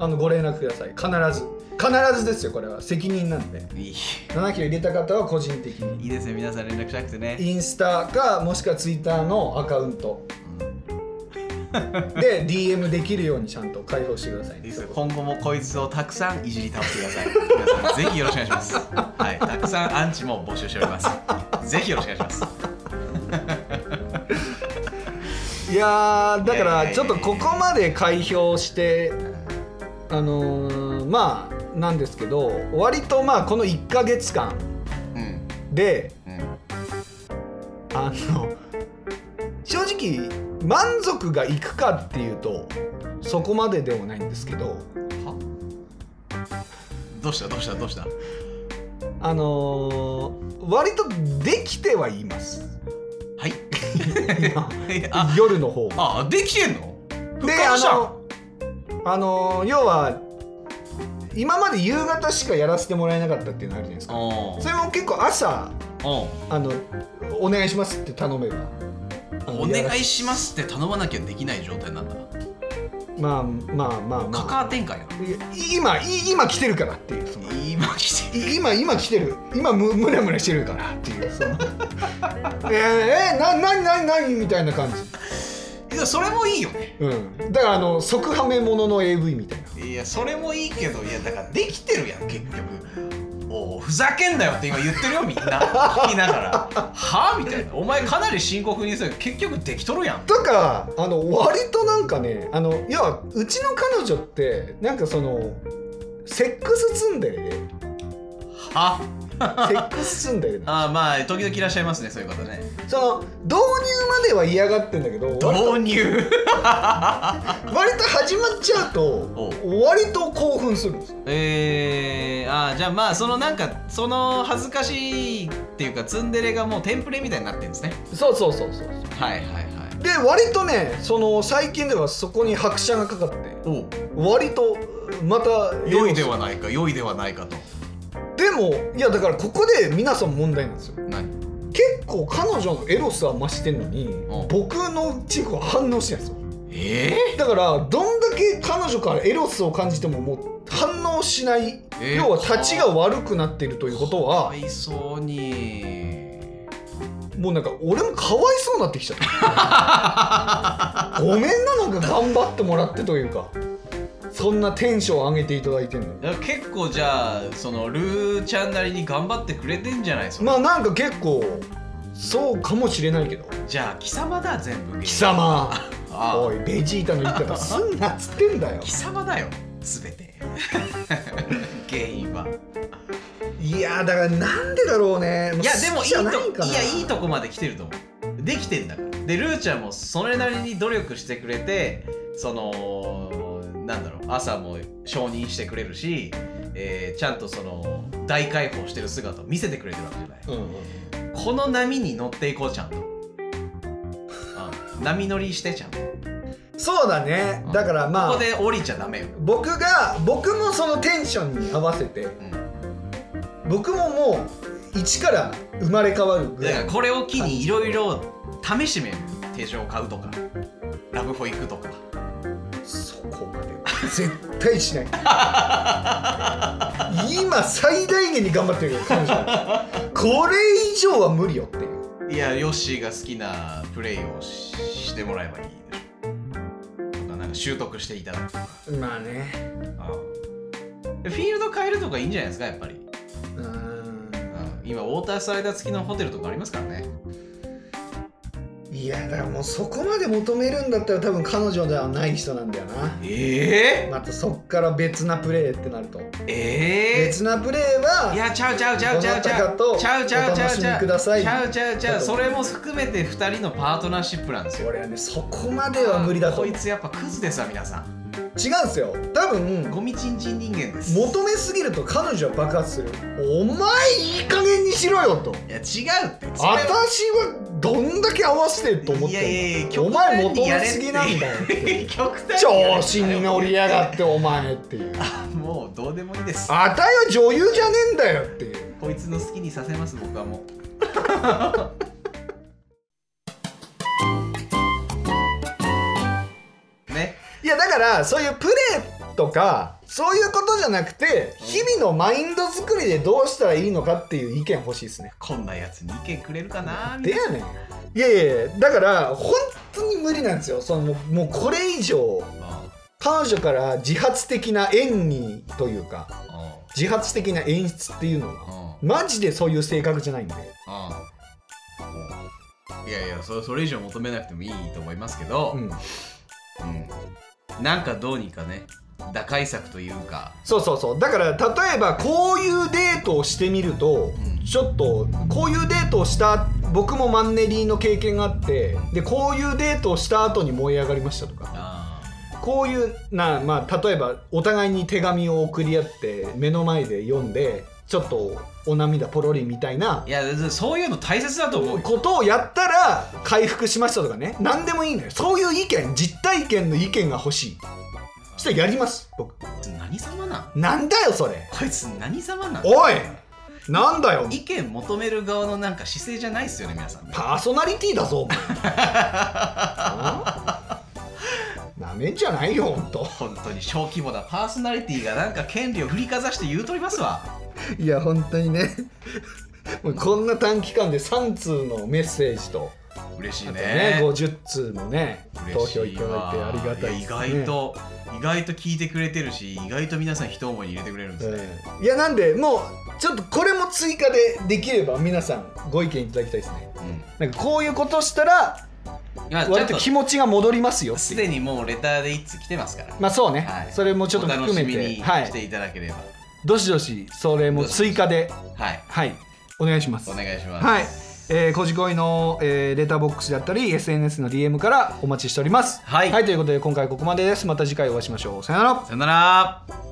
[SPEAKER 2] あのご連絡ください必ず必ずですよこれは責任なんで
[SPEAKER 3] いい
[SPEAKER 2] 7票入れた方は個人的に
[SPEAKER 3] いいですね皆さん連絡しなくてね
[SPEAKER 2] インスタかもしくはツイッターのアカウントで DM できるようにちゃんと開放してください
[SPEAKER 3] いい
[SPEAKER 2] ね
[SPEAKER 3] ですよ今後もこいつをたくさんいじり倒してください皆さんぜひよろしくお願いしますはいたくさんアンチも募集しておりますぜひよろしくお願いします
[SPEAKER 2] いやーだか
[SPEAKER 3] いやいやい
[SPEAKER 2] ら
[SPEAKER 3] や
[SPEAKER 2] ちょっとここまで開票してあのーまあなんですけど割とまあこの1ヶ月間
[SPEAKER 3] うん
[SPEAKER 2] で
[SPEAKER 3] うん
[SPEAKER 2] あの正直満足がいくかっていうとそこまででもないんですけど
[SPEAKER 3] はどうしたどうしたどうした
[SPEAKER 2] あのー割とできてはいます
[SPEAKER 3] [laughs] はい [laughs]
[SPEAKER 2] 今
[SPEAKER 3] あ
[SPEAKER 2] 夜の方
[SPEAKER 3] あできてんの復
[SPEAKER 2] で
[SPEAKER 3] 活した
[SPEAKER 2] あのあの要は今まで夕方しかやらせてもらえなかったっていうのあるじゃないですか
[SPEAKER 3] お
[SPEAKER 2] それも結構朝
[SPEAKER 3] お
[SPEAKER 2] あのお願いしますって頼めばあの
[SPEAKER 3] お
[SPEAKER 2] やら
[SPEAKER 3] 願
[SPEAKER 2] せ
[SPEAKER 3] いしますって頼まなきゃできない状態なんだ
[SPEAKER 2] まあまあまあ
[SPEAKER 3] カ
[SPEAKER 2] まあ
[SPEAKER 3] カア展開や
[SPEAKER 2] いや今い今来てるからっていうその
[SPEAKER 3] 今来て
[SPEAKER 2] い今今来てる今むムネムネしてるからっていう
[SPEAKER 3] [laughs]
[SPEAKER 2] そのえー、えー、な何何何みたいな感じ
[SPEAKER 3] いやそれもいいよね
[SPEAKER 2] うんだからあの即ハメものの AV みたいない
[SPEAKER 3] やそれもいいけどいやだからできてるやん結局おうふざけんなよって今言ってるよみんな [laughs] 聞きながらはみたいなお前かなり深刻にする結局できとるやん
[SPEAKER 2] とかあの割となんかねあのいやうちの彼女ってなんかそのセックスツンデレでセ
[SPEAKER 3] は
[SPEAKER 2] ックスツンデレな
[SPEAKER 3] あーまあ時々いらっしゃいますねそういう方ね
[SPEAKER 2] その導入までは嫌がってんだけど割と
[SPEAKER 3] 導入
[SPEAKER 2] 割と始まっちゃうと割と興奮するんですよ
[SPEAKER 3] えー、あーじゃあまあそのなんかその恥ずかしいっていうかツンデレがもうテンプレみたいになってるんですね
[SPEAKER 2] そうそうそうそう
[SPEAKER 3] はいはいはい
[SPEAKER 2] で割とねその最近ではそこに拍車がかかって
[SPEAKER 3] おう
[SPEAKER 2] 割とまた
[SPEAKER 3] 良いではないか良いではないかと
[SPEAKER 2] でもいやだからここで皆さん問題なんですよ
[SPEAKER 3] 何
[SPEAKER 2] 結構彼女のエロスは増してんのに、
[SPEAKER 3] ん
[SPEAKER 2] 僕のチンコは反応しないんですよ
[SPEAKER 3] え
[SPEAKER 2] だからどんだけ彼女からエロスを感じてももう反応しない、
[SPEAKER 3] えー
[SPEAKER 2] 要は立ちが悪くなっているということ
[SPEAKER 3] ー、か
[SPEAKER 2] は
[SPEAKER 3] わいそうに
[SPEAKER 2] もうなんか俺もかわいそうになってきちゃ [laughs] ったごめんななんか頑張ってもらってというかそんなテンション上げていただいてんのに
[SPEAKER 3] だから結構じゃあそのルーちゃんなりに頑張ってくれてんじゃないですか、
[SPEAKER 2] まあなんか結構そうかもしれないけど
[SPEAKER 3] じゃあ貴様だ全部
[SPEAKER 2] 貴様
[SPEAKER 3] ああ
[SPEAKER 2] おいベジータの言い方すんなっつってんだよ
[SPEAKER 3] 貴様だよ
[SPEAKER 2] [laughs]
[SPEAKER 3] 全て原因はい
[SPEAKER 2] やーだからなんでだろうね
[SPEAKER 3] いやでも
[SPEAKER 2] 好
[SPEAKER 3] い
[SPEAKER 2] きじ
[SPEAKER 3] いと
[SPEAKER 2] ゃ
[SPEAKER 3] い
[SPEAKER 2] なかな
[SPEAKER 3] やいいとこまで来てると思うできてんだからでルーちゃんもそれなりに努力してくれてそのなんだろう朝も承認してくれるし、えーちゃんとその大解放してる姿を見せてくれてるわけじゃな
[SPEAKER 2] う
[SPEAKER 3] い、
[SPEAKER 2] ん
[SPEAKER 3] この波に乗っていこうちゃんと、うん波乗りしてちゃんと
[SPEAKER 2] そうだね
[SPEAKER 3] うん
[SPEAKER 2] だからまあ
[SPEAKER 3] ここで降りちゃダメよ、
[SPEAKER 2] 僕が僕もそのテンションに合わせて
[SPEAKER 3] うん
[SPEAKER 2] 僕ももう一から生まれ変わるぐ
[SPEAKER 3] だからら
[SPEAKER 2] い
[SPEAKER 3] これを機にいろいろ試してみる手錠を買うとかラブホ行くとか
[SPEAKER 2] そこまでは絶対しない [laughs] 今最大限に頑張ってるよ彼女はこれ以上は無理よっていう
[SPEAKER 3] いやヨッシーが好きなプレイをししてもらえばいいでしょとかなんか習得していただくとか
[SPEAKER 2] まあね
[SPEAKER 3] フィールド変えるとかいいんじゃないですかやっぱり、う
[SPEAKER 2] うー
[SPEAKER 3] ん、今ウォータースライダー付きのホテルとかありますからね
[SPEAKER 2] んいやだからもうそこまで求めるんだったら多分彼女ではない人なんだよな
[SPEAKER 3] え
[SPEAKER 2] またそっから別なプレーってなると
[SPEAKER 3] ー、え
[SPEAKER 2] 別なプレーはい
[SPEAKER 3] やちゃうちゃうちゃうちゃうちゃう
[SPEAKER 2] どなたかと
[SPEAKER 3] ちゃうちゃうちゃう
[SPEAKER 2] お楽し
[SPEAKER 3] ち
[SPEAKER 2] み
[SPEAKER 3] ゃう
[SPEAKER 2] ください
[SPEAKER 3] ちゃうちゃうちゃうそれも含めて2人のパートナーシップなんですよ
[SPEAKER 2] 俺はねそこまでは無理だと
[SPEAKER 3] こ
[SPEAKER 2] 思う
[SPEAKER 3] いつやっぱクズですわ皆さん
[SPEAKER 2] 違うんですよ多分
[SPEAKER 3] ゴミチンチン人間です
[SPEAKER 2] 求めすぎると彼女は爆発するお前いい加減にしろよと
[SPEAKER 3] いや違うって
[SPEAKER 2] 私
[SPEAKER 3] それは
[SPEAKER 2] はどんだけ合わせてると思ってんの
[SPEAKER 3] いやいやいや
[SPEAKER 2] お
[SPEAKER 3] 極
[SPEAKER 2] 前
[SPEAKER 3] 端
[SPEAKER 2] 求
[SPEAKER 3] にや
[SPEAKER 2] め
[SPEAKER 3] れって
[SPEAKER 2] すぎなんだよっていう
[SPEAKER 3] 極端にやれ
[SPEAKER 2] 調子に乗りやがってお前って [laughs] いう
[SPEAKER 3] もうどうでもいいです
[SPEAKER 2] あたいは女優じゃねえんだよっていう
[SPEAKER 3] こいつの好きにさせます僕はもう [laughs] ね
[SPEAKER 2] いやだからそういうプレーとかそういうことじゃなくて日々のマインド作りでどうしたらいいのかっていう意見欲しいですね
[SPEAKER 3] こんなやつに意見くれるかな
[SPEAKER 2] でやねんいやいやいやだから本当に無理なんですよそのもうこれ以上
[SPEAKER 3] あ
[SPEAKER 2] 彼女から自発的な演技というか
[SPEAKER 3] あ
[SPEAKER 2] 自発的な演出っていうのは
[SPEAKER 3] あ
[SPEAKER 2] マジでそういう性格じゃないんで
[SPEAKER 3] あいやいやそれそれ以上求めなくてもいいと思いますけど、
[SPEAKER 2] うん
[SPEAKER 3] うんなんかどうにかね打開策というか
[SPEAKER 2] そうそうそうだから例えばこういうデートをしてみると、
[SPEAKER 3] うん
[SPEAKER 2] ちょっとこういうデートをした僕もマンネリの経験があってでこういうデートをした後に燃え上がりましたとか
[SPEAKER 3] あ
[SPEAKER 2] こういうな、まあ、例えばお互いに手紙を送り合って目の前で読んでちょっとお涙ポロリみたいない
[SPEAKER 3] やそういうの大切だと思うよ
[SPEAKER 2] ことをやったら回復しましたとかね何でもいいのよそういう意見実体験の意見が欲しいそしたらやります僕
[SPEAKER 3] こいつ何様なん
[SPEAKER 2] なんだよそれ
[SPEAKER 3] こいつ何様なん
[SPEAKER 2] おいなんだよ
[SPEAKER 3] 意見求める側のなんか姿勢じゃないっすよね皆さんね
[SPEAKER 2] パーソナリティだぞお前うんなめんじゃないよほんと
[SPEAKER 3] 本当に小規模なパーソナリティがなんか権利を振りかざして言うとりますわ
[SPEAKER 2] いや本当にねもうこんな短期間で3通のメッセージと、
[SPEAKER 3] 嬉しいね
[SPEAKER 2] ね、50通のね投票いただいてありがたいで
[SPEAKER 3] で、
[SPEAKER 2] すす、ね、
[SPEAKER 3] 意外と意外と聞いてくれてるし意外と皆さん一思いに入れてくれるんですね、
[SPEAKER 2] いやなんでもうちょっとこれも追加でできれば皆さんご意見いただきたいですね
[SPEAKER 3] うん
[SPEAKER 2] なんかこういうことしたら
[SPEAKER 3] 今ちょ
[SPEAKER 2] 割
[SPEAKER 3] っ
[SPEAKER 2] と
[SPEAKER 3] と
[SPEAKER 2] 気持ちが戻りますよって
[SPEAKER 3] す
[SPEAKER 2] いう
[SPEAKER 3] でにもうレターで一通来てますから、
[SPEAKER 2] まあそうね、
[SPEAKER 3] はい
[SPEAKER 2] それもちょっと含め
[SPEAKER 3] お楽しみ
[SPEAKER 2] て
[SPEAKER 3] に
[SPEAKER 2] は
[SPEAKER 3] して
[SPEAKER 2] い
[SPEAKER 3] いただければ
[SPEAKER 2] どしどしそれも追加で
[SPEAKER 3] はい
[SPEAKER 2] はいお願いします
[SPEAKER 3] お願いします
[SPEAKER 2] はいえー、こじこいの、えーレターボックスだったり SNS の DM からお待ちしております
[SPEAKER 3] はい
[SPEAKER 2] ということで今回ここまでですまた次回お会いしましょうさよなら
[SPEAKER 3] さよなら